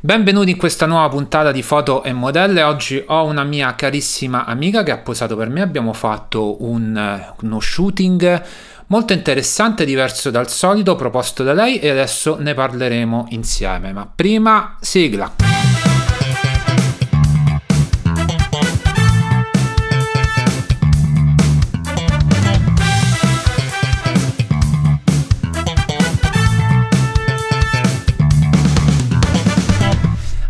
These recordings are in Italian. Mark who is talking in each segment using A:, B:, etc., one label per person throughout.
A: Benvenuti in questa nuova puntata di Foto e Modelle. Oggi ho una mia carissima amica che ha posato per me. Abbiamo fatto un- uno shooting molto interessante, diverso dal solito, proposto da lei e adesso ne parleremo insieme. Ma prima, sigla.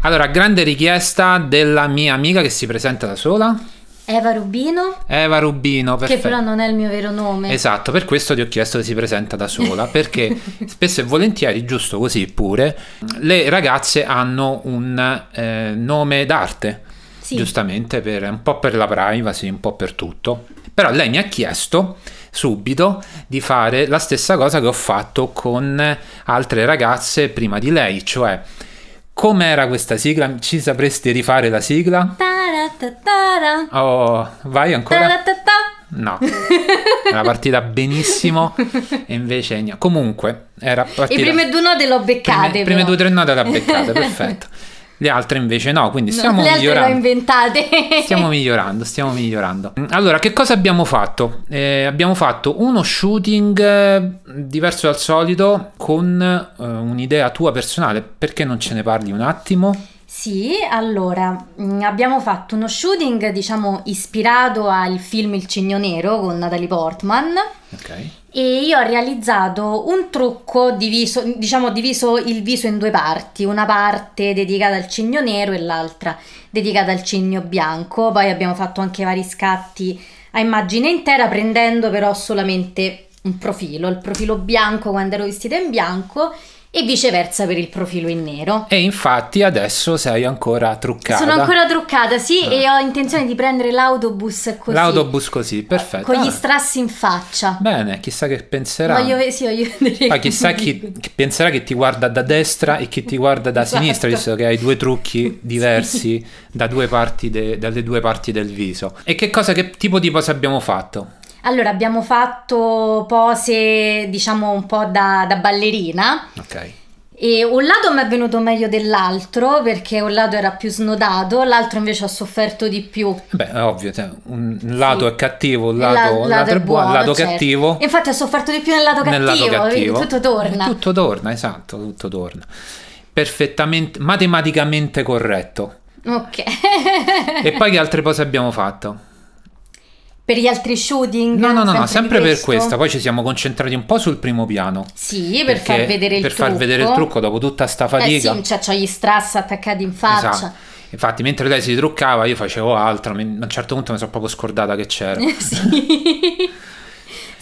A: Allora, grande richiesta della mia amica che si presenta da sola,
B: Eva Rubino,
A: Eva Rubino.
B: che
A: Perfetto.
B: però non è il mio vero nome.
A: Esatto, per questo ti ho chiesto che si presenta da sola, perché spesso e volentieri, giusto così pure, le ragazze hanno un eh, nome d'arte,
B: Sì.
A: giustamente, per- un po' per la privacy, un po' per tutto. Però lei mi ha chiesto subito di fare la stessa cosa che ho fatto con altre ragazze prima di lei, cioè com'era questa sigla? Ci sapresti rifare la sigla?
B: Taratatara,
A: Oh, vai ancora?
B: taratatà.
A: No, era partita benissimo e invece no. Comunque, era partita...
B: I primi due note l'ho beccate.
A: prime, prime
B: però.
A: due o tre note l'ha beccate, perfetto. Le altre invece no, quindi
B: No,
A: stiamo
B: le altre le ho
A: migliorando.
B: inventate.
A: Stiamo migliorando, stiamo migliorando. Allora, che cosa abbiamo fatto? Eh, abbiamo fatto uno shooting eh, diverso dal solito con eh, un'idea tua personale. Perché non ce ne parli un attimo?
B: Sì, allora mh, abbiamo fatto uno shooting, diciamo, ispirato al film Il Cigno Nero con Natalie Portman.
A: Ok.
B: E io ho realizzato un trucco diviso, diciamo diviso il viso in due parti, una parte dedicata al cigno nero e l'altra dedicata al cigno bianco. Poi abbiamo fatto anche vari scatti a immagine intera, prendendo però solamente un profilo, il profilo bianco quando ero vestita in bianco e viceversa per il profilo in nero.
A: E infatti adesso sei ancora truccata.
B: Sono ancora truccata, sì,
A: Ah.
B: e ho intenzione di prendere l'autobus così,
A: L'autobus così, perfetto.
B: con gli
A: Ah.
B: strassi in faccia.
A: Bene, chissà che penserà.
B: Voglio, ve- sì, voglio vedere
A: Poi chissà
B: come
A: Ah, chi,
B: dico.
A: chi penserà che ti guarda da destra e chi ti guarda da
B: Esatto.
A: sinistra, visto che hai due trucchi diversi da due parti de- dalle due parti del viso. E che cosa, che tipo di pose abbiamo fatto?
B: Allora, abbiamo fatto pose, diciamo, un po' da, da ballerina.
A: Ok. Eh
B: E un lato mi è venuto meglio dell'altro, perché un lato era più snodato, l'altro invece ho sofferto di più.
A: Beh, è ovvio, cioè, un lato
B: Sì.
A: è cattivo, un
B: E la-
A: lato, un lato è buono, un lato
B: certo.
A: cattivo.
B: E Infatti ho sofferto di più nel lato
A: nel
B: cattivo,
A: lato cattivo.
B: vedi, tutto torna.
A: E tutto torna, esatto, tutto torna. Perfettamente, matematicamente corretto.
B: Ok.
A: E poi che altre cose abbiamo fatto?
B: per gli altri shooting?
A: No, no, no, no,
B: di
A: sempre per
B: questo?
A: questa. Poi ci siamo concentrati un po' sul primo piano.
B: Sì, per far
A: Perché-
B: vedere il
A: per
B: trucco.
A: far vedere il trucco dopo tutta sta fatica.
B: Eh sì, cioè, c'ho gli strass attaccati in faccia.
A: Esatto. Infatti, mentre lei si truccava, io facevo altro. mi- A un certo punto mi sono proprio scordata che c'era.
B: sì.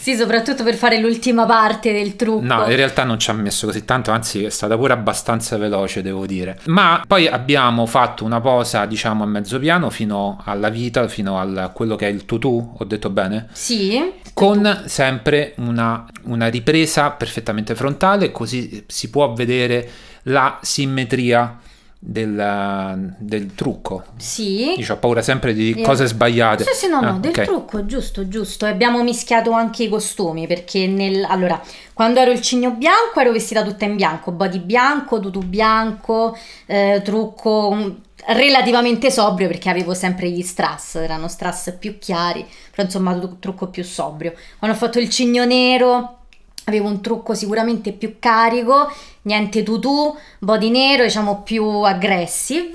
B: Sì, soprattutto per fare l'ultima parte del trucco.
A: No, in realtà non ci ha messo così tanto, anzi è stata pure abbastanza veloce, devo dire. Ma poi abbiamo fatto una posa, diciamo, a mezzo piano fino alla vita, fino al- a quello che è il tutù, ho detto bene?
B: Sì,
A: con sempre una, una ripresa perfettamente frontale, così si può vedere la simmetria del, del trucco.
B: sì.
A: Io ho paura sempre di
B: Io-
A: cose sbagliate.
B: Sì, sì, no, no,
A: Ah,
B: del
A: ok.
B: trucco, giusto, giusto. E abbiamo mischiato anche i costumi, perché nel... Allora, quando ero il cigno bianco ero vestita tutta in bianco, body bianco, tutù bianco, eh, trucco mm, relativamente sobrio, perché avevo sempre gli strass, erano strass più chiari, però insomma tu- trucco più sobrio. Quando ho fatto il cigno nero avevo un trucco sicuramente più carico, niente tutù, body nero, diciamo più aggressive.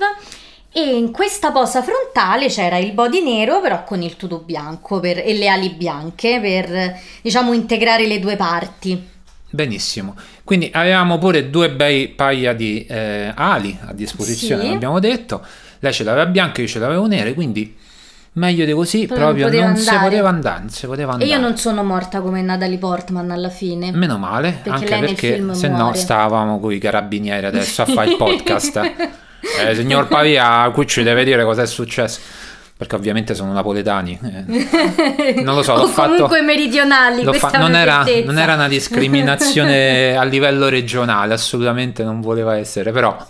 B: E in questa posa frontale c'era il body nero, però con il tutù bianco per- e le ali bianche per diciamo integrare le due parti.
A: Benissimo. Quindi avevamo pure due bei paia di eh, ali a disposizione,
B: Sì.
A: abbiamo detto. Lei ce l'aveva bianca, io ce l'avevo nera, quindi meglio di così
B: Proprio non
A: proprio non,
B: poteva
A: si
B: andare.
A: poteva andare, non si poteva
B: E
A: andare.
B: io non sono morta come Natalie Portman alla fine.
A: Meno male,
B: Perché
A: anche
B: lei nel
A: perché
B: film
A: se no
B: muore.
A: stavamo con i carabinieri adesso a fare il podcast. Eh, signor Pavia, qui ci deve dire cosa è successo. Perché ovviamente sono napoletani. eh. Non lo so,
B: o
A: l'ho fatto.
B: comunque meridionali,
A: l'ho fa-
B: questa è
A: non,
B: una
A: era,
B: certezza.
A: non era una discriminazione a livello regionale, assolutamente non voleva essere. Però,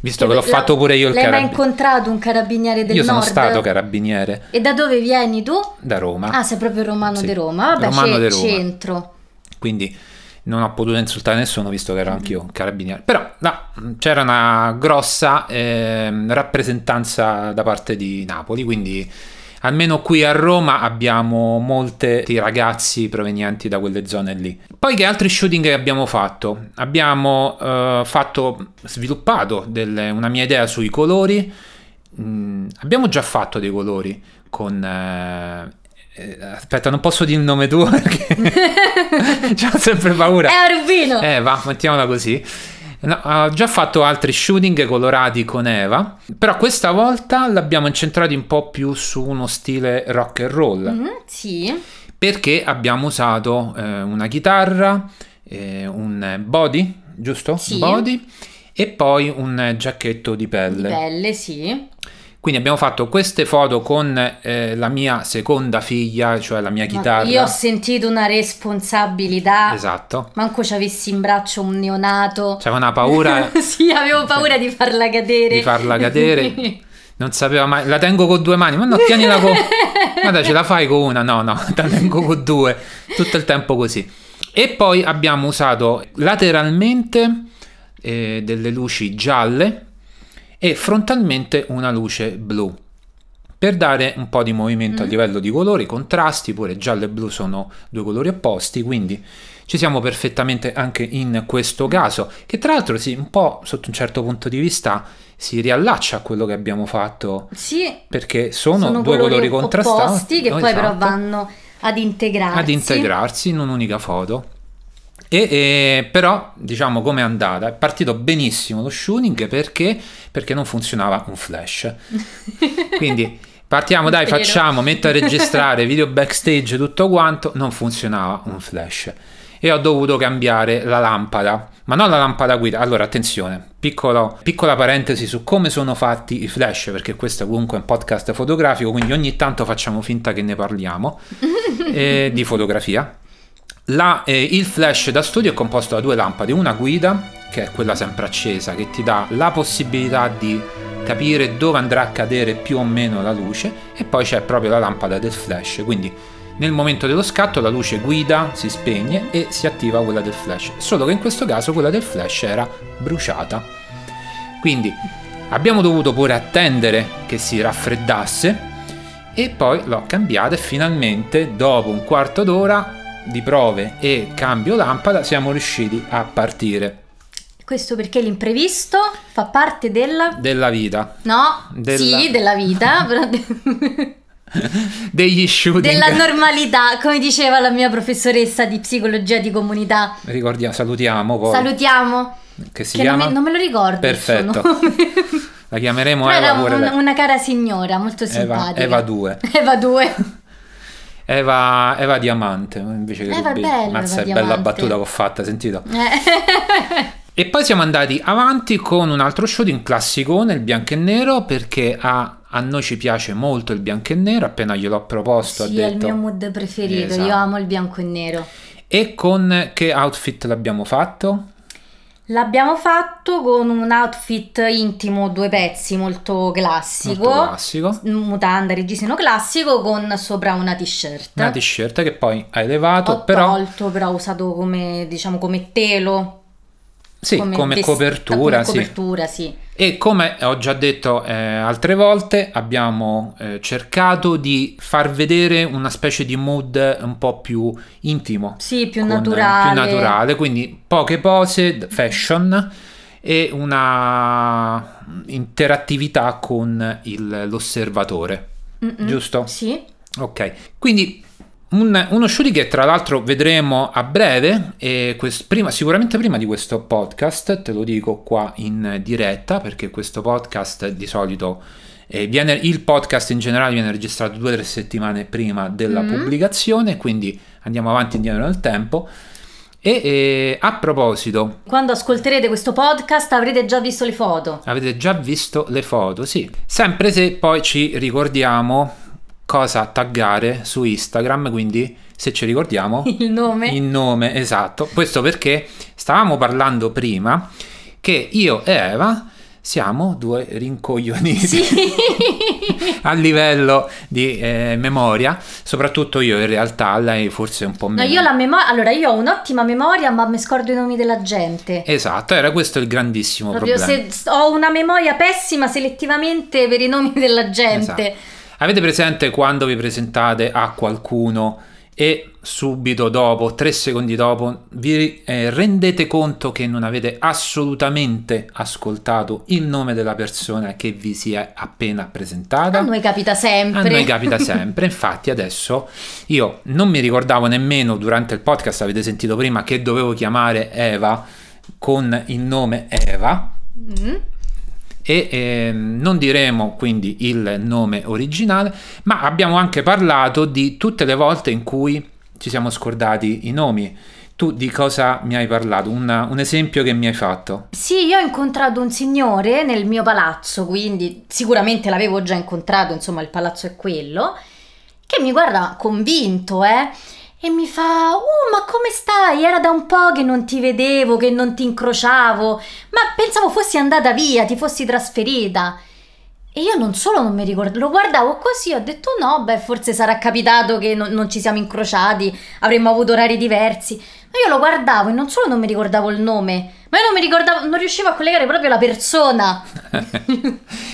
A: visto che l'ho
B: La-
A: fatto pure io il
B: L'hai mai
A: carabiniere.
B: incontrato un carabiniere del
A: Io sono
B: nord?
A: stato carabiniere
B: E da dove vieni tu?
A: da Roma.
B: Ah, sei proprio romano
A: Sì,
B: di Roma. Vabbè,
A: romano
B: c'è
A: di
B: il
A: Roma.
B: centro.
A: Quindi non ho potuto insultare nessuno visto che ero anch'io un carabiniere, però no, c'era una grossa eh, rappresentanza da parte di Napoli, quindi almeno qui a Roma abbiamo molti ragazzi provenienti da quelle zone lì. Poi che altri shooting abbiamo fatto? Abbiamo eh, fatto, sviluppato delle, una mia idea sui colori, Mm, abbiamo già fatto dei colori con... eh, eh, aspetta, non posso dire il nome tuo perché ho sempre paura.
B: È a Urbino!
A: Eh, va, mettiamola così. No, ho già fatto altri shooting colorati con Eva, però questa volta l'abbiamo incentrato un po' più su uno stile rock and roll,
B: Mm, sì,
A: perché abbiamo usato eh, una chitarra, eh, un body, giusto?
B: Sì.
A: Body e poi un giacchetto di
B: di pelle, sì.
A: quindi abbiamo fatto queste foto con eh, la mia seconda figlia, cioè la mia chitarra.
B: Io ho sentito una responsabilità.
A: Esatto.
B: Manco ci avessi in braccio un neonato.
A: C'era una paura
B: sì, avevo paura di farla cadere.
A: di farla cadere. Non sapeva mai, la tengo con due mani, ma no, tienila con... Guarda, ce la fai con una? No, no, la tengo con due, tutto il tempo così. E poi abbiamo usato lateralmente eh, delle luci gialle e frontalmente una luce blu, per dare un po' di movimento a
B: Mm.
A: livello di colori, contrasti, pure giallo e blu sono due colori opposti, quindi ci siamo perfettamente anche in questo caso, che tra l'altro sì, un po' sotto un certo punto di vista si riallaccia a quello che abbiamo fatto
B: Sì,
A: perché sono,
B: sono
A: due colori,
B: opposti
A: contrastanti
B: che
A: no,
B: poi però
A: esatto,
B: vanno ad integrarsi.
A: ad integrarsi in un'unica foto. E, e però diciamo com'è andata? È partito benissimo lo shooting perché? Perché non funzionava un flash. Quindi partiamo, dai,
B: Vero.
A: facciamo, metto a registrare video backstage tutto quanto, non funzionava un flash. E ho dovuto cambiare la lampada, ma non la lampada guida. Allora, attenzione, piccolo- piccola parentesi su come sono fatti i flash, perché questo è comunque un podcast fotografico, quindi ogni tanto facciamo finta che ne parliamo eh, di fotografia. La- eh, il flash da studio è composto da due lampade, una guida, che è quella sempre accesa, che ti dà la possibilità di capire dove andrà a cadere più o meno la luce, e poi c'è proprio la lampada del flash, quindi nel momento dello scatto la luce guida, si spegne e si attiva quella del flash, solo che in questo caso quella del flash era bruciata. Quindi abbiamo dovuto pure attendere che si raffreddasse e poi l'ho cambiata e finalmente dopo un quarto d'ora di prove e cambio lampada siamo riusciti a partire
B: Questo perché l'imprevisto fa parte della...
A: della vita,
B: No,
A: Della-
B: sì, della vita, però de-
A: degli shooting.
B: della normalità, come diceva la mia professoressa di psicologia di comunità.
A: Ricordiamo, salutiamo poi
B: Salutiamo,
A: che si
B: che non
A: chiama
B: me, non me lo ricordo. il suo
A: Perfetto.
B: nome.
A: La chiameremo
B: Però
A: Eva
B: era
A: pure
B: un-
A: lei.
B: una cara signora, molto
A: Eva,
B: simpatica.
A: Eva 2.
B: Eva 2.
A: Eva, Eva Diamante invece che
B: Eva
A: Rubino.
B: Bello,
A: Mazza,
B: Eva
A: è bella
B: Diamante.
A: battuta che ho fatta, sentito.
B: Eh.
A: E poi siamo andati avanti con un altro shooting classicone, il bianco e nero, perché a, a noi ci piace molto il bianco e nero, appena gliel'ho proposto
B: sì,
A: ha
B: è il
A: detto...
B: mio mood preferito,
A: Esatto.
B: io amo il bianco e nero.
A: E con che outfit l'abbiamo fatto?
B: L'abbiamo fatto con un outfit intimo, due pezzi, molto classico. Mm,
A: Molto classico.
B: Mutanda, reggiseno classico con sopra una t-shirt.
A: Una t-shirt che poi hai levato,
B: Ho
A: però
B: tolto, però ho usato come, diciamo, come telo.
A: sì, come,
B: vest-
A: copertura,
B: come
A: sì.
B: copertura, sì.
A: E come ho già detto eh, altre volte, abbiamo eh, cercato di far vedere una specie di mood un po' più intimo,
B: Sì, più
A: con- eh,
B: naturale.
A: più naturale, quindi poche pose, d- fashion e una interattività con il- l'osservatore,
B: Mm-mm.
A: giusto?
B: Mm, Sì.
A: Ok, quindi un- uno shooting che tra l'altro vedremo a breve, e quest- prima- sicuramente prima di questo podcast, te lo dico qua in diretta, perché questo podcast di solito, eh, viene, il podcast in generale viene registrato due o tre settimane prima della
B: Mm.
A: pubblicazione, quindi andiamo avanti e indietro nel tempo. E eh, a proposito,
B: Quando ascolterete questo podcast avrete già visto le foto.
A: Avete già visto le foto, sì. Sempre se poi ci ricordiamo cosa taggare su Instagram, quindi se ci ricordiamo
B: Il nome.
A: il nome esatto. Questo perché stavamo parlando prima che io e Eva siamo due rincoglioniti
B: Sì.
A: a livello di eh, memoria, soprattutto io in realtà, lei forse un po'
B: No,
A: meno.
B: io la memoria. Allora, io ho un'ottima memoria, ma mi scordo i nomi della gente.
A: Esatto, era questo il grandissimo
B: Proprio
A: problema.
B: se ho una memoria pessima selettivamente per i nomi della gente.
A: Esatto. Avete presente quando vi presentate a qualcuno e subito dopo, tre secondi dopo, vi eh, rendete conto che non avete assolutamente ascoltato il nome della persona che vi si è appena presentata?
B: A noi capita
A: A
B: Ah, sempre.
A: noi capita sempre, infatti adesso io non mi ricordavo nemmeno durante il podcast, avete sentito prima, che dovevo chiamare Eva con il nome Eva
B: Mm.
A: e ehm, non diremo quindi il nome originale, ma abbiamo anche parlato di tutte le volte in cui ci siamo scordati i nomi. Tu di cosa mi hai parlato? Una- un esempio che mi hai fatto?
B: Sì, io ho incontrato un signore nel mio palazzo, quindi sicuramente l'avevo già incontrato, insomma, il palazzo è quello, che mi guarda convinto, eh, e mi fa, "Uh, ma come stai? Era da un po' che non ti vedevo, che non ti incrociavo, ma pensavo fossi andata via, ti fossi trasferita." E io non solo non mi ricordo, lo guardavo così, ho detto no, beh, forse sarà capitato che non- non ci siamo incrociati, avremmo avuto orari diversi. Ma io lo guardavo e non solo non mi ricordavo il nome, ma io non mi ricordavo, non riuscivo a collegare proprio la persona.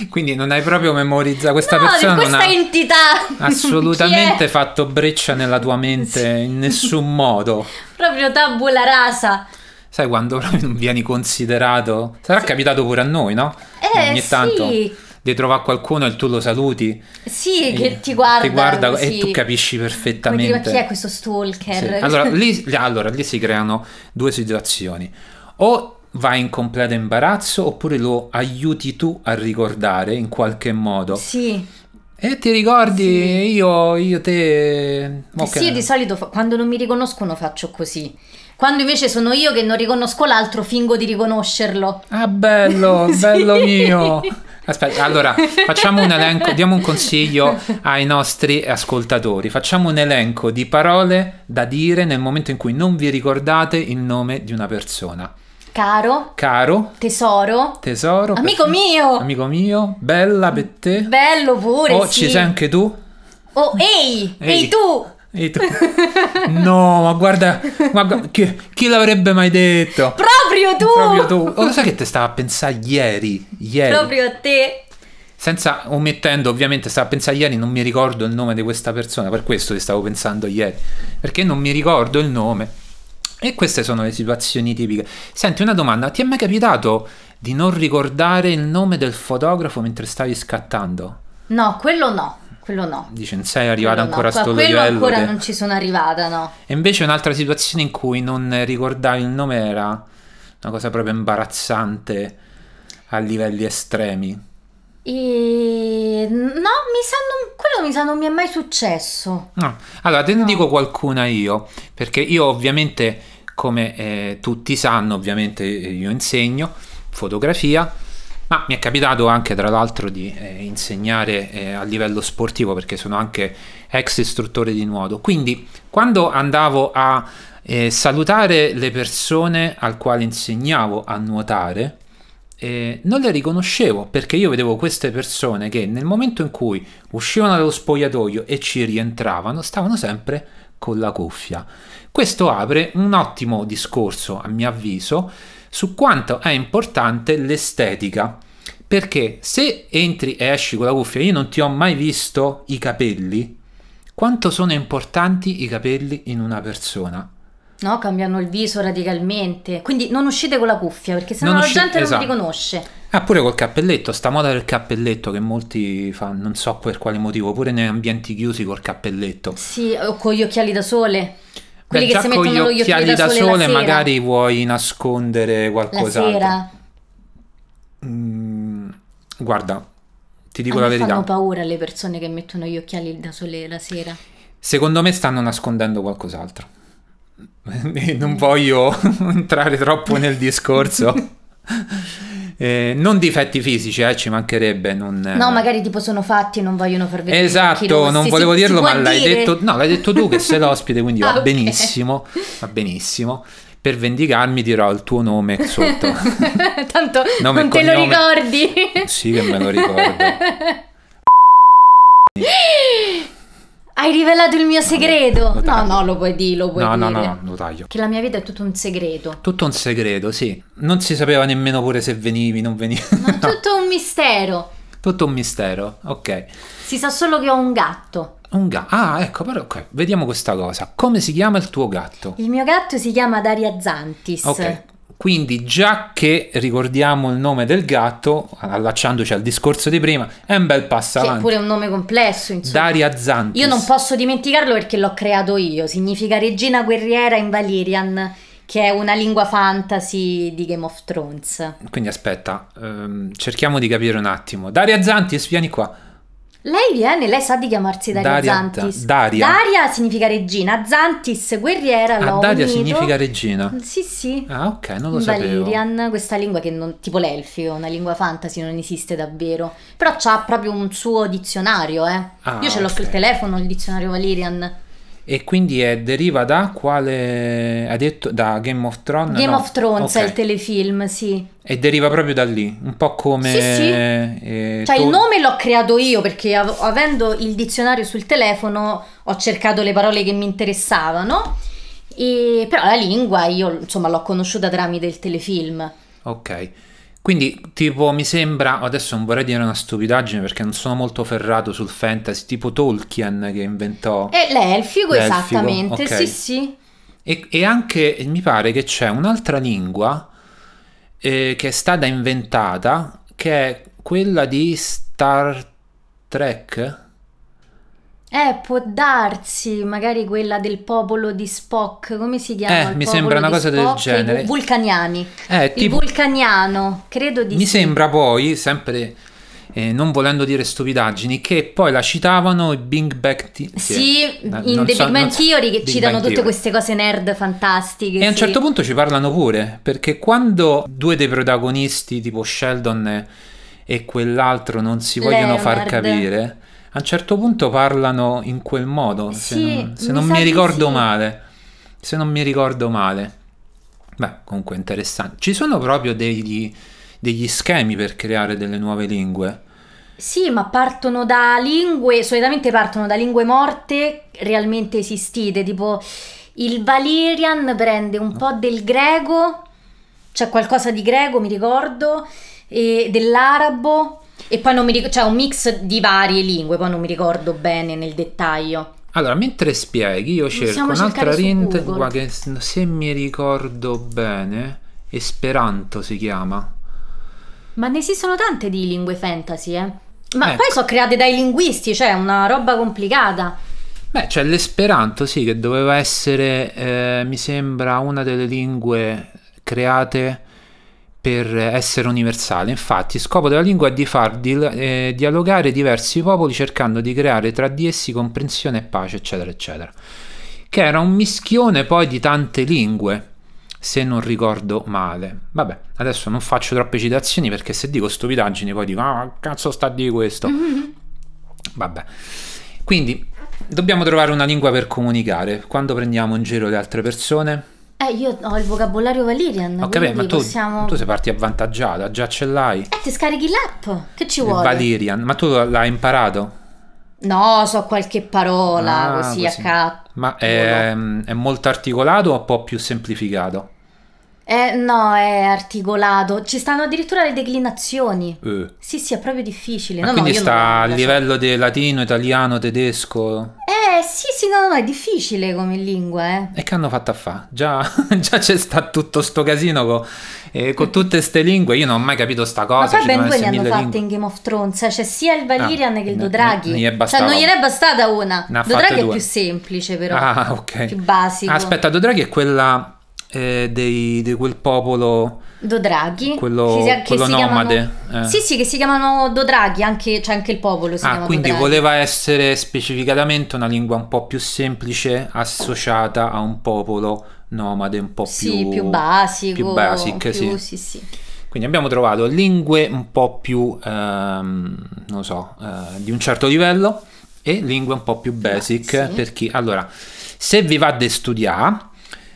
A: Quindi non hai proprio memorizzato questa
B: no, di
A: persona, non
B: questa
A: ha
B: entità. Chi
A: assolutamente
B: è?
A: fatto breccia nella tua mente in nessun modo.
B: Proprio tabula rasa.
A: Sai quando proprio non vieni considerato? Sarà capitato pure a noi, no?
B: Eh,
A: Ogni tanto
B: sì,
A: di trovare qualcuno e tu lo saluti.
B: sì, che
A: e
B: ti guarda.
A: e
B: così.
A: tu capisci
B: Come dire,
A: perfettamente.
B: ma chi è questo
A: Sì.
B: stalker?
A: Allora, lì, allora, lì si creano due situazioni. O vai in completo imbarazzo oppure lo aiuti tu a ricordare in qualche modo.
B: Sì,
A: E ti ricordi
B: Sì.
A: io, io te... mo che-
B: sì, io di solito fa- quando non mi riconoscono faccio così. Quando invece sono io che non riconosco l'altro, fingo di riconoscerlo.
A: Ah, bello,
B: Sì.
A: bello mio. Aspetta, allora facciamo un elenco, diamo un consiglio ai nostri ascoltatori. Facciamo un elenco di parole da dire nel momento in cui non vi ricordate il nome di una persona.
B: Caro,
A: Caro,
B: tesoro,
A: tesoro, per-
B: amico mio,
A: amico mio, bella per te.
B: bello pure.
A: oh,
B: sì.
A: ci sei anche tu?
B: Oh, ehi,
A: Ehi.
B: ehi, tu!
A: E tu? no, ma guarda, ma gu- chi, chi l'avrebbe mai detto?
B: Proprio tu!
A: Proprio tu. Oh, lo sai che te stava a pensare ieri? Ieri.
B: Proprio a te!
A: Senza omettendo, ovviamente, stavo a pensare ieri, non mi ricordo il nome di questa persona, per questo ti stavo pensando ieri, perché non mi ricordo il nome. E queste sono le situazioni tipiche. Senti, una domanda, ti è mai capitato di non ricordare il nome del fotografo mentre stavi scattando?
B: No, quello no, quello no.
A: Dice, non sei arrivata
B: Quello no.
A: ancora a
B: Qua-
A: sto
B: Quello
A: livello.
B: ancora
A: che-
B: non ci sono arrivata, no.
A: E invece un'altra situazione in cui non ricordavi il nome era una cosa proprio imbarazzante a livelli estremi.
B: E... No, mi sa non... quello mi sa non mi è mai successo.
A: No. Allora, te ne
B: No.
A: dico qualcuna io, perché io ovviamente, come eh, tutti sanno, ovviamente eh, io insegno fotografia, ma mi è capitato anche tra l'altro di eh, insegnare eh, a livello sportivo, perché sono anche ex istruttore di nuoto. Quindi, quando andavo a eh, salutare le persone al quale insegnavo a nuotare, eh, non le riconoscevo perché io vedevo queste persone che nel momento in cui uscivano dallo spogliatoio e ci rientravano, stavano sempre con la cuffia. Questo apre un ottimo discorso, a mio avviso, su quanto è importante l'estetica. Perché se entri e esci con la cuffia, io non ti ho mai visto i capelli. Quanto sono importanti i capelli in una persona?
B: No, cambiano il viso radicalmente. Quindi non uscite con la cuffia, perché sennò
A: Non
B: la
A: usci-
B: gente non
A: esatto.
B: vi riconosce.
A: Ah, pure col cappelletto, sta moda del cappelletto che molti fanno, non so per quale motivo, pure negli ambienti chiusi col cappelletto.
B: Sì, o con gli occhiali da sole. Quelli
A: Beh,
B: che
A: già
B: si
A: con
B: mettono
A: gli occhiali da sole,
B: la sera.
A: magari vuoi nascondere
B: La
A: qualcos'altro.
B: sera.
A: Mm, guarda, ti
B: A
A: dico la
B: me
A: verità.
B: Ah, fanno paura le persone che mettono gli occhiali da sole la sera.
A: Secondo me stanno nascondendo qualcos'altro. E non voglio entrare troppo nel discorso. Eh, non difetti fisici, eh, ci mancherebbe. Non,
B: No, magari tipo sono fatti e non vogliono far vedere. gli occhi
A: Eh. Esatto,
B: rossi.
A: non
B: Si-
A: volevo
B: si
A: dirlo,
B: può
A: ma l'hai
B: dire?
A: detto, no, l'hai detto tu che sei l'ospite, quindi
B: Ah,
A: va
B: ok.
A: benissimo, va benissimo. per vendicarmi dirò il tuo nome sotto.
B: Tanto
A: Nome e
B: non te lo
A: cognome.
B: ricordi.
A: sì che me lo ricordo.
B: Hai rivelato il mio segreto.
A: lo
B: No,
A: taglio.
B: no, lo puoi dire, lo puoi
A: No, no,
B: dire.
A: no, no, lo taglio.
B: Che la mia vita è tutto un segreto.
A: Tutto un segreto, sì. Non si sapeva nemmeno pure se venivi, non venivi.
B: Ma è tutto un mistero.
A: Tutto un mistero. Ok.
B: Si sa solo che ho un gatto.
A: Un gatto. Ah, ecco, però ok, vediamo questa cosa. Come si chiama il tuo gatto?
B: Il mio gatto si chiama Daria Zantis.
A: Ok. Quindi già che ricordiamo il nome del gatto, allacciandoci al discorso di prima, è un bel passo
B: Che è
A: avanti.
B: pure un nome complesso, insomma.
A: Daria Zantis.
B: Io non posso dimenticarlo perché l'ho creato io. Significa regina guerriera in Valyrian, che è una lingua fantasy di Game of Thrones.
A: Quindi aspetta, ehm, cerchiamo di capire un attimo. Daria Zantis, vieni qua.
B: Lei viene, lei sa di chiamarsi Daria,
A: Daria
B: Zantis.
A: Za- Daria.
B: Daria significa regina, Zantis guerriera,
A: Ah,
B: l'ho
A: Daria
B: unito.
A: significa regina.
B: Sì, sì.
A: Ah, ok, non lo
B: In
A: sapevo.
B: Valyrian, questa lingua che non, tipo l'elfico, una lingua fantasy, non esiste davvero. Però c'ha proprio un suo dizionario, eh.
A: Ah,
B: Io ce l'ho
A: ok.
B: sul telefono, il dizionario Valyrian.
A: E quindi è, deriva da quale... Hai detto? Da Game of Thrones?
B: Game
A: No.
B: of Thrones è
A: Ok.
B: il telefilm, sì.
A: E deriva proprio da lì, un po' come...
B: Sì, sì.
A: eh,
B: Cioè, il
A: Thor-
B: nome l'ho creato io perché av- avendo il dizionario sul telefono ho cercato le parole che mi interessavano. E, però la lingua io insomma l'ho conosciuta tramite il telefilm.
A: Ok, quindi tipo mi sembra, adesso non vorrei dire una stupidaggine perché non sono molto ferrato sul fantasy, tipo Tolkien che inventò
B: E l'elfico,
A: L'elfico,
B: esattamente,
A: ok.
B: sì, sì.
A: e, e anche mi pare che c'è un'altra lingua eh, che è stata inventata che è quella di Star Trek.
B: Eh, può darsi, magari quella del popolo di Spock, come si chiama?
A: Eh,
B: il
A: mi
B: popolo
A: sembra una
B: di
A: cosa del
B: Spock? I vu-
A: genere.
B: vulcaniani.
A: Eh,
B: Il
A: tipo,
B: vulcaniano, credo di
A: mi
B: sì.
A: sembra poi, sempre eh, non volendo dire stupidaggini, che poi la citavano i Big Bang Ti-
B: Sì,
A: No,
B: in
A: non
B: The
A: so-
B: Big Bang
A: non so-
B: Theory che
A: Big
B: citano
A: Bang
B: tutte
A: Theory.
B: queste cose nerd fantastiche.
A: E a un
B: sì.
A: certo punto ci parlano pure, perché quando due dei protagonisti, tipo Sheldon e- e quell'altro, non si vogliono far
B: Leonard.
A: capire, a un certo punto parlano in quel modo, se
B: Sì,
A: non, se
B: mi
A: non
B: sa
A: mi
B: di
A: ricordo
B: sì.
A: male. Se non mi ricordo male. Beh, comunque interessante. Ci sono proprio degli, degli schemi per creare delle nuove lingue.
B: Sì, ma partono da lingue, solitamente partono da lingue morte realmente esistite, tipo il Valyrian prende un po' del greco, c'è qualcosa di greco, mi ricordo, e dell'arabo, e poi non mi ricordo, c'è un mix di varie lingue, poi non mi ricordo bene nel dettaglio.
A: Allora, mentre spieghi, io cerco
B: Possiamo
A: un'altra
B: cercare su
A: lingua
B: Google.
A: che s- se mi ricordo bene, Esperanto si chiama.
B: Ma ne esistono tante di lingue fantasy, eh. Ma
A: Ecco.
B: poi sono create dai linguisti, cioè è una roba complicata.
A: Beh, c'è l'esperanto, sì, che doveva essere, eh, mi sembra, una delle lingue create per essere universale. Infatti, il scopo della lingua è di far dil- eh, dialogare diversi popoli cercando di creare tra di essi comprensione e pace, eccetera, eccetera. Che era un mischione poi di tante lingue, se non ricordo male. Vabbè, adesso non faccio troppe citazioni perché se dico stupidaggini poi dico, ah, cazzo sta di questo. Vabbè. Quindi dobbiamo trovare una lingua per comunicare. Quando prendiamo in giro le altre persone?
B: Eh, io ho il vocabolario Valyrian,
A: Ho capito,
B: quindi
A: ma tu,
B: possiamo...
A: tu sei parti avvantaggiata, già ce l'hai.
B: Eh, ti scarichi l'app? Che ci
A: Il
B: vuole?
A: Valyrian, ma tu l'hai imparato?
B: No, so qualche parola
A: Ah,
B: così,
A: così.
B: a capo.
A: Ma è, mm, è molto articolato o un po' più semplificato?
B: Eh, no, è articolato. Ci stanno addirittura le declinazioni.
A: Eh.
B: Sì, sì, è proprio difficile.
A: Ma
B: No, no,
A: quindi
B: io non
A: sta
B: la-
A: a
B: la so.
A: livello di latino, italiano, tedesco.
B: Eh, sì, sì, no, no, è difficile come lingua, eh.
A: E che hanno fatto a fa? Già, già c'è sta tutto sto casino co- eh, con tutte ste lingue. Io non ho mai capito sta cosa.
B: Ma poi
A: ci
B: ben
A: devono
B: due ne
A: essere
B: hanno
A: mille
B: fatte
A: lingue.
B: in Game of Thrones, eh, c'è sia il Valyrian
A: Ah,
B: che il
A: ne-
B: Dothraki.
A: ne- ne è
B: cioè,
A: bastava
B: non
A: una.
B: gliene è bastata una.
A: Ne ha
B: Dothraki
A: fatte
B: è
A: due.
B: più semplice, però.
A: Ah, ok.
B: Più basico.
A: Ah, aspetta, Dodraghi è quella eh, dei, di quel popolo,
B: Dodraghi.
A: quello,
B: che si- che
A: quello
B: si
A: nomade.
B: chiamano-
A: eh.
B: Sì, sì, che si chiamano Dodraghi, anche, c'è anche il popolo si
A: ah,
B: chiama
A: quindi
B: Dothraki.
A: voleva essere specificatamente una lingua un po' più semplice, associata a un popolo nomade, un po'
B: Sì, più,
A: più
B: basico.
A: più basic,
B: più-
A: sì.
B: sì, sì.
A: Quindi abbiamo trovato lingue un po' più, ehm, non so, eh, di un certo livello e lingue un po' più basic
B: Sì.
A: per chi... Allora, se vi va di studiare,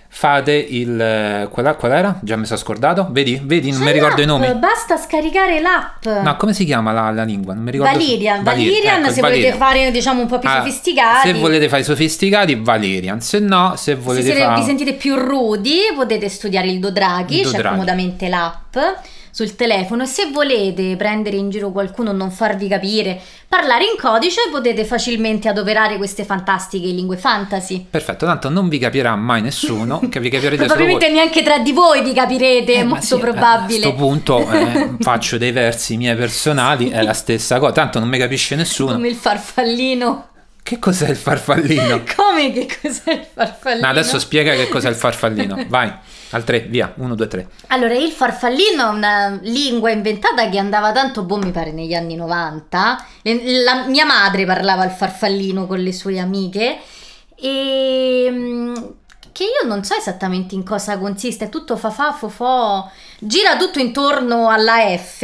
A: fate il... eh, Quella, qual era? Già mi sono scordato? Vedi? Vedi? Non
B: C'è
A: mi ricordo i
B: l'app,
A: nomi.
B: Basta scaricare l'app.
A: No, come si chiama la, la lingua? Non mi ricordo.
B: Valerian,
A: Valir-
B: Valerian
A: ecco,
B: se
A: Valerian.
B: volete fare diciamo un po' più
A: Ah,
B: sofisticati.
A: Se volete fare i sofisticati, Valerian. Se no, se volete
B: se
A: fare...
B: vi sentite più rudi potete studiare il Dodraghi,
A: Il
B: c'è
A: Dothraki.
B: comodamente l'app sul telefono e se volete prendere in giro qualcuno, non farvi capire, parlare in codice potete facilmente adoperare queste fantastiche lingue fantasy.
A: Perfetto, tanto non vi capirà mai nessuno, che vi capirete solo voi.
B: Probabilmente neanche tra di voi vi capirete, è
A: Eh, ma
B: molto
A: sì,
B: probabile.
A: A questo punto eh, faccio dei versi miei personali, è la stessa cosa, tanto non mi capisce nessuno.
B: Come il farfallino.
A: Che cos'è il farfallino?
B: Come che cos'è il farfallino?
A: No, adesso spiega che cos'è il farfallino. Vai, al 3, via, 1, 2, 3.
B: Allora, il farfallino è una lingua inventata che andava tanto, boh, mi pare negli anni 90. Le- la- mia madre parlava il farfallino con le sue amiche e mm, che io non so esattamente in cosa consiste, è tutto fa fa fo fo, gira tutto intorno alla F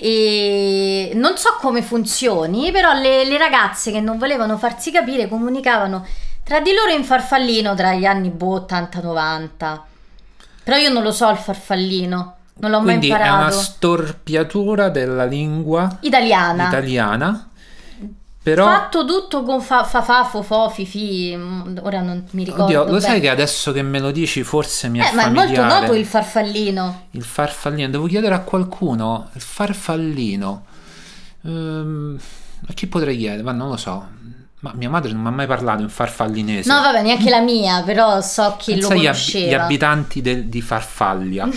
B: e non so come funzioni, però le, le ragazze che non volevano farsi capire comunicavano tra di loro in farfallino tra gli anni boh 80-90. Però io non lo so il farfallino, non l'ho
A: Quindi
B: mai
A: è una
B: imparato.
A: storpiatura della lingua
B: Italiana.
A: italiana, però...
B: Fatto tutto con fa fa fa fo fo fi fi, mm, ora non mi ricordo.
A: Oddio, lo sai
B: bene.
A: che adesso che me lo dici forse mi è
B: Eh, ma è molto
A: familiare.
B: noto il farfallino.
A: Il farfallino, devo chiedere a qualcuno. Il farfallino. Ehm, a chi potrei chiedere? Ma non lo so. Ma mia madre non mi ha mai parlato in farfallinese.
B: No, vabbè, neanche la mia, però so chi lo
A: Pensa agli ab- gli
B: conosceva.
A: abitanti del- di Farfaglia.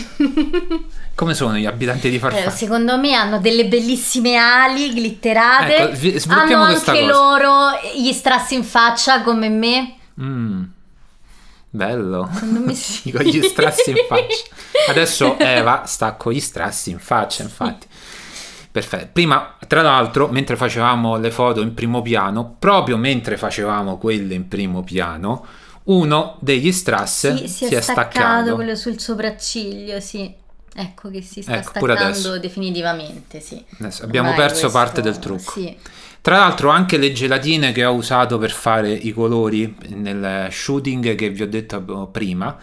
A: Come sono gli abitanti di
B: Eh,
A: Farfaglia?
B: secondo me hanno delle bellissime ali glitterate.
A: Ecco, vi- sviluppiamo
B: hanno
A: questa
B: anche
A: cosa.
B: loro gli strassi in faccia come me.
A: Mm, bello.
B: Secondo me sì.
A: Con gli strassi in faccia. Adesso Eva sta con gli strassi in faccia, infatti. Perfetto. Prima, tra l'altro, mentre facevamo le foto in primo piano, proprio mentre facevamo quelle in primo piano, uno degli strass
B: Sì, si, è staccato, quello sul sopracciglio, sì. Ecco che si sta
A: Ecco, pure adesso.
B: staccando definitivamente, sì.
A: Adesso abbiamo
B: Ormai
A: perso parte del
B: questo-
A: trucco.
B: Sì.
A: Tra l'altro anche le gelatine che ho usato per fare i colori nel shooting che vi ho detto prima,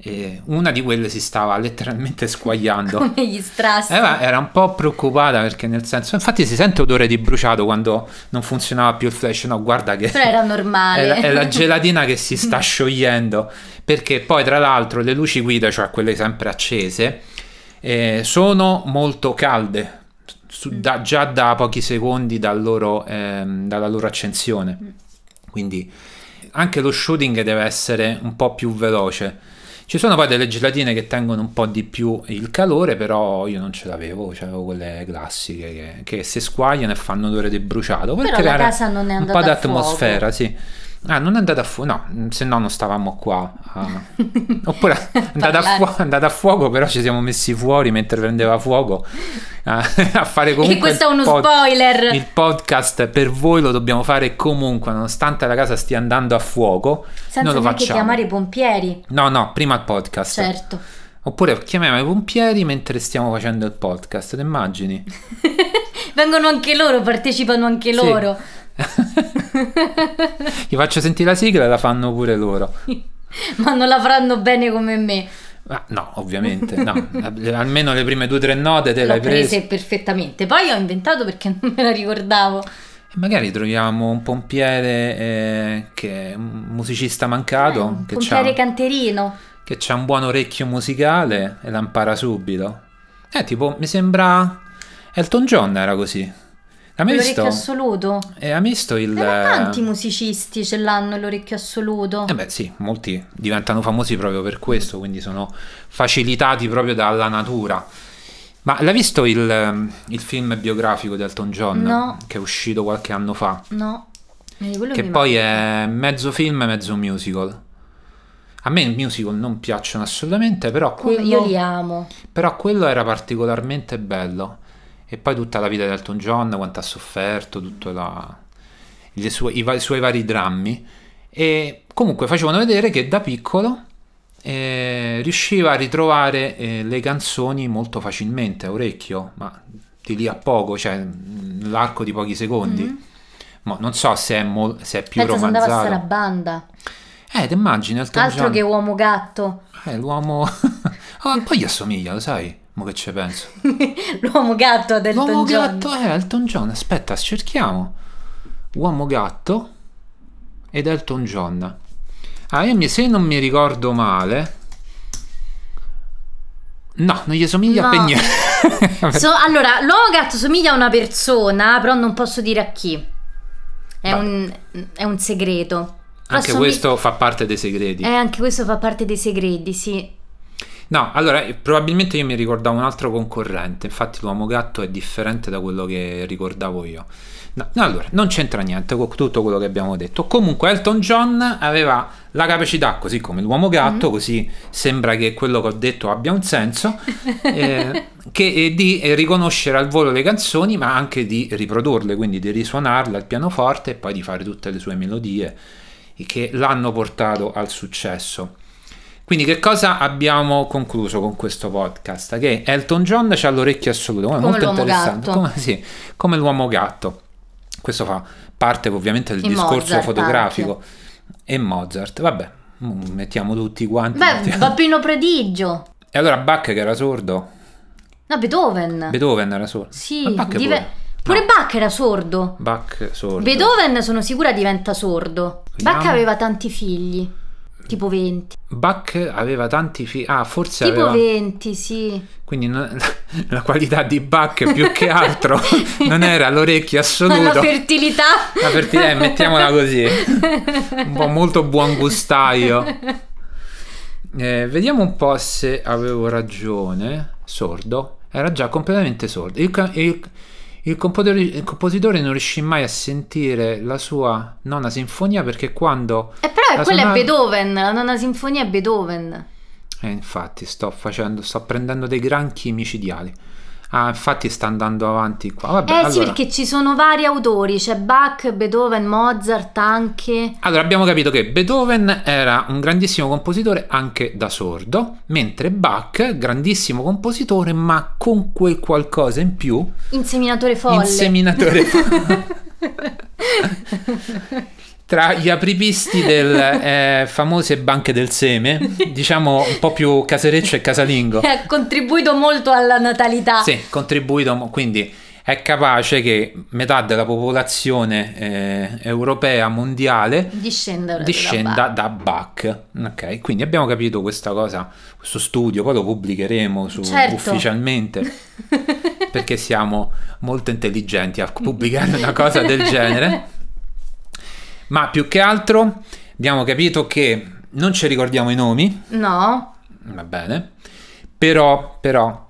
A: eh, una di quelle si stava letteralmente squagliando.
B: Come gli strassi.
A: Eva era un po' preoccupata perché nel senso, infatti si sente odore di bruciato quando non funzionava più il flash, no guarda che
B: Però era
A: è,
B: normale.
A: la, è la gelatina che si sta sciogliendo perché poi tra l'altro le luci guida, cioè quelle sempre accese, eh, sono molto calde
B: Mm.
A: su- da- già da pochi secondi dal loro, ehm, dalla loro accensione,
B: Mm.
A: quindi anche lo shooting deve essere un po' più veloce. Ci sono poi delle gelatine che tengono un po' di più il calore, però io non ce l'avevo, avevo quelle classiche che, che si squagliano e fanno odore di bruciato. Per
B: Però la
A: creare
B: casa non è
A: un
B: andata
A: po'
B: a
A: d'atmosfera, sì. Ah, non è andata a fuoco, no, mm, se no non stavamo qua. a- Oppure è andata a,
B: Parlare.
A: fuo- è andata a fuoco, però ci siamo messi fuori mentre prendeva fuoco a, a fare comunque...
B: E questo è
A: il
B: uno
A: pod-
B: spoiler.
A: Il podcast per voi lo dobbiamo fare comunque, nonostante la casa stia andando a fuoco.
B: Senza
A: noi lo
B: neanche
A: facciamo.
B: chiamare i pompieri.
A: No, no, prima il podcast.
B: Certo.
A: Oppure chiamiamo i pompieri mentre stiamo facendo il podcast, ti immagini?
B: Vengono anche loro, partecipano anche
A: Sì.
B: loro.
A: Gli faccio sentire la sigla e la fanno pure loro.
B: Ma non la faranno bene come me.
A: Ah, no, ovviamente, no. Almeno le prime due o tre note te le
B: L'ho
A: hai prese.
B: prese perfettamente. Poi ho inventato perché non me la ricordavo.
A: E Magari troviamo un pompiere eh, che è un musicista mancato,
B: Eh, un
A: che,
B: pompiere
A: c'ha,
B: canterino.
A: che c'ha un buon orecchio musicale e la impara subito. Eh, tipo, mi sembra... Elton John era così. L'ha mai
B: L'orecchio
A: visto?
B: assoluto.
A: Eh, ha visto il...
B: Eh, ma tanti musicisti ce l'hanno l'orecchio assoluto.
A: Eh beh sì, molti diventano famosi proprio per questo, quindi sono facilitati proprio dalla natura. Ma l'hai visto il, ehm, il film biografico di Elton John
B: No.
A: che è uscito qualche anno fa?
B: No. Eh, quello
A: Che
B: mi
A: poi è mezzo film e mezzo musical. A me i musical non piacciono assolutamente, però
B: manca. Io li
A: quello,
B: amo.
A: però quello era particolarmente bello. E poi tutta la vita di Elton John, quanto ha sofferto, tutto la- le sue- i, va- i suoi vari drammi. E comunque facevano vedere che da piccolo eh, riusciva a ritrovare eh, le canzoni molto facilmente a orecchio, ma di lì a poco, cioè nell'arco di pochi secondi.
B: Mhm.
A: Mo non so se è, mol- se è più
B: Pensa se andava a
A: romanzato.
B: Sarabanda.
A: Eh, Eh, ti immagini Elton
B: Altro
A: John?
B: che uomo gatto.
A: Eh, l'uomo... Ah, poi gli assomiglia, lo sai? Mo che ci penso.
B: L'uomo gatto ad Elton
A: L'uomo
B: John.
A: gatto è Elton John. Aspetta, cerchiamo. Uomo gatto ed Elton John. Ah, io mi- se non mi ricordo male. No, non gli somiglia
B: No.
A: per niente.
B: So- allora, l'uomo gatto somiglia a una persona, però non posso dire a chi. È,
A: Ma-
B: un, è un segreto. Però
A: Anche
B: somig-
A: questo fa parte dei segreti.
B: Eh, anche questo fa parte dei segreti, sì.
A: No, allora, eh, probabilmente io mi ricordavo un altro concorrente, infatti l'uomo gatto è differente da quello che ricordavo io. No, no, allora, non c'entra niente con tutto quello che abbiamo detto. Comunque Elton John aveva la capacità, così come l'uomo gatto, così sembra che quello che ho detto abbia un senso, eh, che è di eh, riconoscere al volo le canzoni, ma anche di riprodurle, quindi di risuonarle al pianoforte e poi di fare tutte le sue melodie che l'hanno portato al successo. Quindi che cosa abbiamo concluso con questo podcast? Che Elton John ha l'orecchio assoluto, come
B: Come
A: molto
B: l'uomo
A: interessante,
B: gatto.
A: come, sì, come l'uomo gatto. Questo fa parte ovviamente del
B: E
A: discorso
B: Mozart
A: fotografico. E Mozart, vabbè, mm, mettiamo tutti quanti.
B: Beh,
A: mettiamo-
B: Babbino Prodigio.
A: E allora Bach che era sordo,
B: No, Beethoven.
A: Beethoven era sordo.
B: sì,
A: Ma Bach
B: dive-
A: pure.
B: pure
A: No,
B: Bach era sordo.
A: Bach sordo.
B: Beethoven, sono sicura, diventa sordo.
A: Vediamo.
B: Bach aveva tanti figli, tipo 20.
A: Bach aveva tanti figli. Ah, forse
B: tipo
A: aveva
B: 20, sì.
A: Quindi non- la, la qualità di Bach più che altro non era l'orecchio assoluto.
B: Ma la fertilità.
A: La fertilità, eh, mettiamola così. Un po' molto buon gustaio. Eh, vediamo un po' se avevo ragione. Sordo. Era già completamente sordo. Il, ca- il- il compositore, il compositore non riuscì mai a sentire la sua nona sinfonia perché quando...
B: Eh, però
A: La
B: quella
A: sonata-
B: è Beethoven, la nona sinfonia è Beethoven.
A: Eh, infatti sto facendo, sto prendendo dei granchi micidiali. Ah, infatti sta andando avanti qua. Vabbè,
B: eh sì,
A: allora.
B: perché ci sono vari autori, c'è Bach, Beethoven, Mozart anche.
A: Allora, abbiamo capito che Beethoven era un grandissimo compositore anche da sordo, mentre Bach, grandissimo compositore, ma con quel qualcosa in più,
B: Inseminatore folle.
A: inseminatore tra gli apripisti delle famose banche del seme, diciamo un po' più casereccio e casalingo.
B: ha contribuito molto alla natalità.
A: Sì, contribuito, mo- quindi è capace che metà della popolazione eh, europea mondiale
B: Di scendere. da
A: discenda
B: Bach.
A: da Bach. Ok, quindi abbiamo capito questa cosa, questo studio, poi lo pubblicheremo su-
B: Certo.
A: ufficialmente perché siamo molto intelligenti a pubblicare una cosa del genere. Ma più che altro abbiamo capito che non ci ricordiamo i nomi,
B: No,
A: Va bene. Però, però,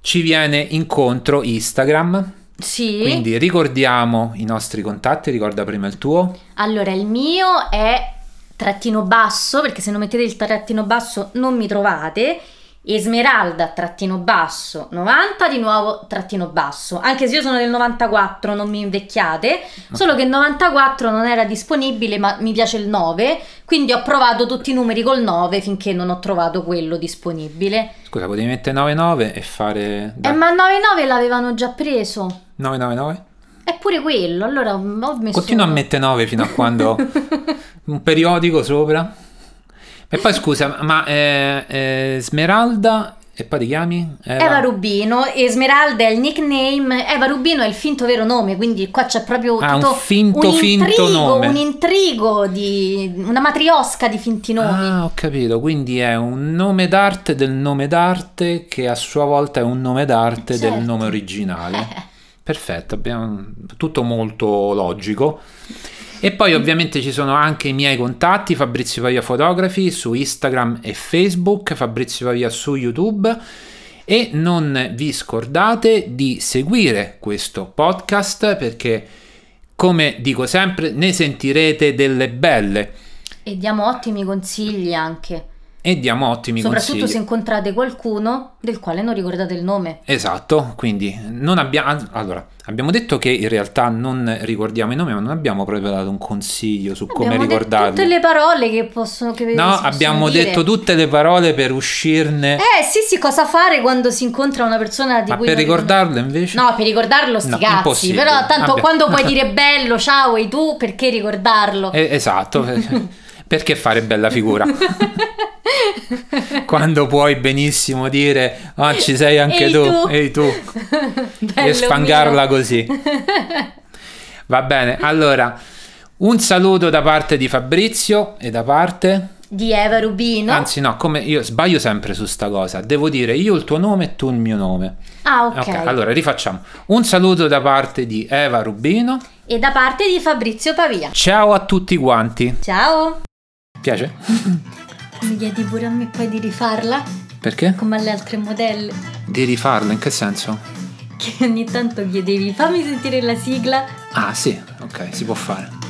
A: ci viene incontro Instagram.
B: sì.
A: Quindi ricordiamo i nostri contatti, ricorda prima il tuo.
B: Allora, il mio è trattino basso, perché se non mettete il trattino basso non mi trovate. Esmeralda trattino basso 90 di nuovo trattino basso anche se io sono del 94 non mi invecchiate solo che il 94 non era disponibile ma mi piace il 9 quindi ho provato tutti i numeri col 9 finché non ho trovato quello disponibile
A: Scusa, potevi mettere 99 e fare... da-
B: eh, ma il 99 l'avevano già preso
A: 999?
B: eppure quello allora ho messo
A: Continua a mettere 9 fino a quando... un periodico sopra. E poi scusa, ma eh, eh, Smeralda... E poi ti chiami?
B: Eva Rubino, Esmeralda è il nickname, Eva Rubino è il finto vero nome, quindi qua c'è proprio
A: Ah, un
B: tutto
A: finto,
B: un
A: finto
B: intrigo,
A: nome.
B: un intrigo di una matriosca di finti nomi.
A: Ah, ho capito, quindi è un nome d'arte del nome d'arte che a sua volta è un nome d'arte del
B: Certo. Eh,
A: nome originale. Perfetto, abbiamo tutto molto logico. E poi ovviamente ci sono anche i miei contatti, Fabrizio Pavia Fotografi su Instagram e Facebook, Fabrizio Pavia su YouTube. E non vi scordate di seguire questo podcast perché, come dico sempre, ne sentirete delle belle
B: E diamo ottimi consigli anche,
A: e diamo ottimi
B: soprattutto
A: consigli.
B: se incontrate qualcuno del quale non ricordate il nome.
A: Esatto, quindi non abbiamo... Allora, abbiamo detto che in realtà non ricordiamo i nomi, ma non abbiamo proprio dato un consiglio su come
B: abbiamo detto
A: ricordarli.
B: tutte le parole che possono che si
A: No,
B: possono
A: abbiamo
B: dire.
A: detto tutte le parole per uscirne,
B: Eh, sì, sì, cosa fare quando si incontra una persona di
A: ma
B: cui
A: per
B: non-
A: ricordarle invece...
B: No, per ricordarlo sti
A: No,
B: cazzi,
A: impossibile.
B: però tanto
A: Abbia-
B: quando puoi dire bello, ciao, e tu, perché ricordarlo?
A: Eh, esatto. perché- Perché fare bella figura? Quando puoi benissimo dire, ah, ci sei anche
B: Ehi
A: tu,
B: tu."
A: ehi tu,
B: Bello
A: e sfangarla
B: mio.
A: così. Va bene, allora, un saluto da parte di Fabrizio e da parte...
B: Di Eva Rubino.
A: Anzi no, come io sbaglio sempre su sta cosa, devo dire io il tuo nome e tu il mio nome.
B: ah, ok.
A: ok, allora rifacciamo. Un saluto da parte di Eva Rubino.
B: E da parte di Fabrizio Pavia.
A: Ciao a tutti quanti.
B: Ciao.
A: Piace?
B: Mi chiedi pure a me poi di rifarla
A: Perché?
B: come alle altre modelle
A: Di rifarlo, in che senso?
B: che ogni tanto chiedevi fammi sentire la sigla.
A: Ah sì, ok, si può fare.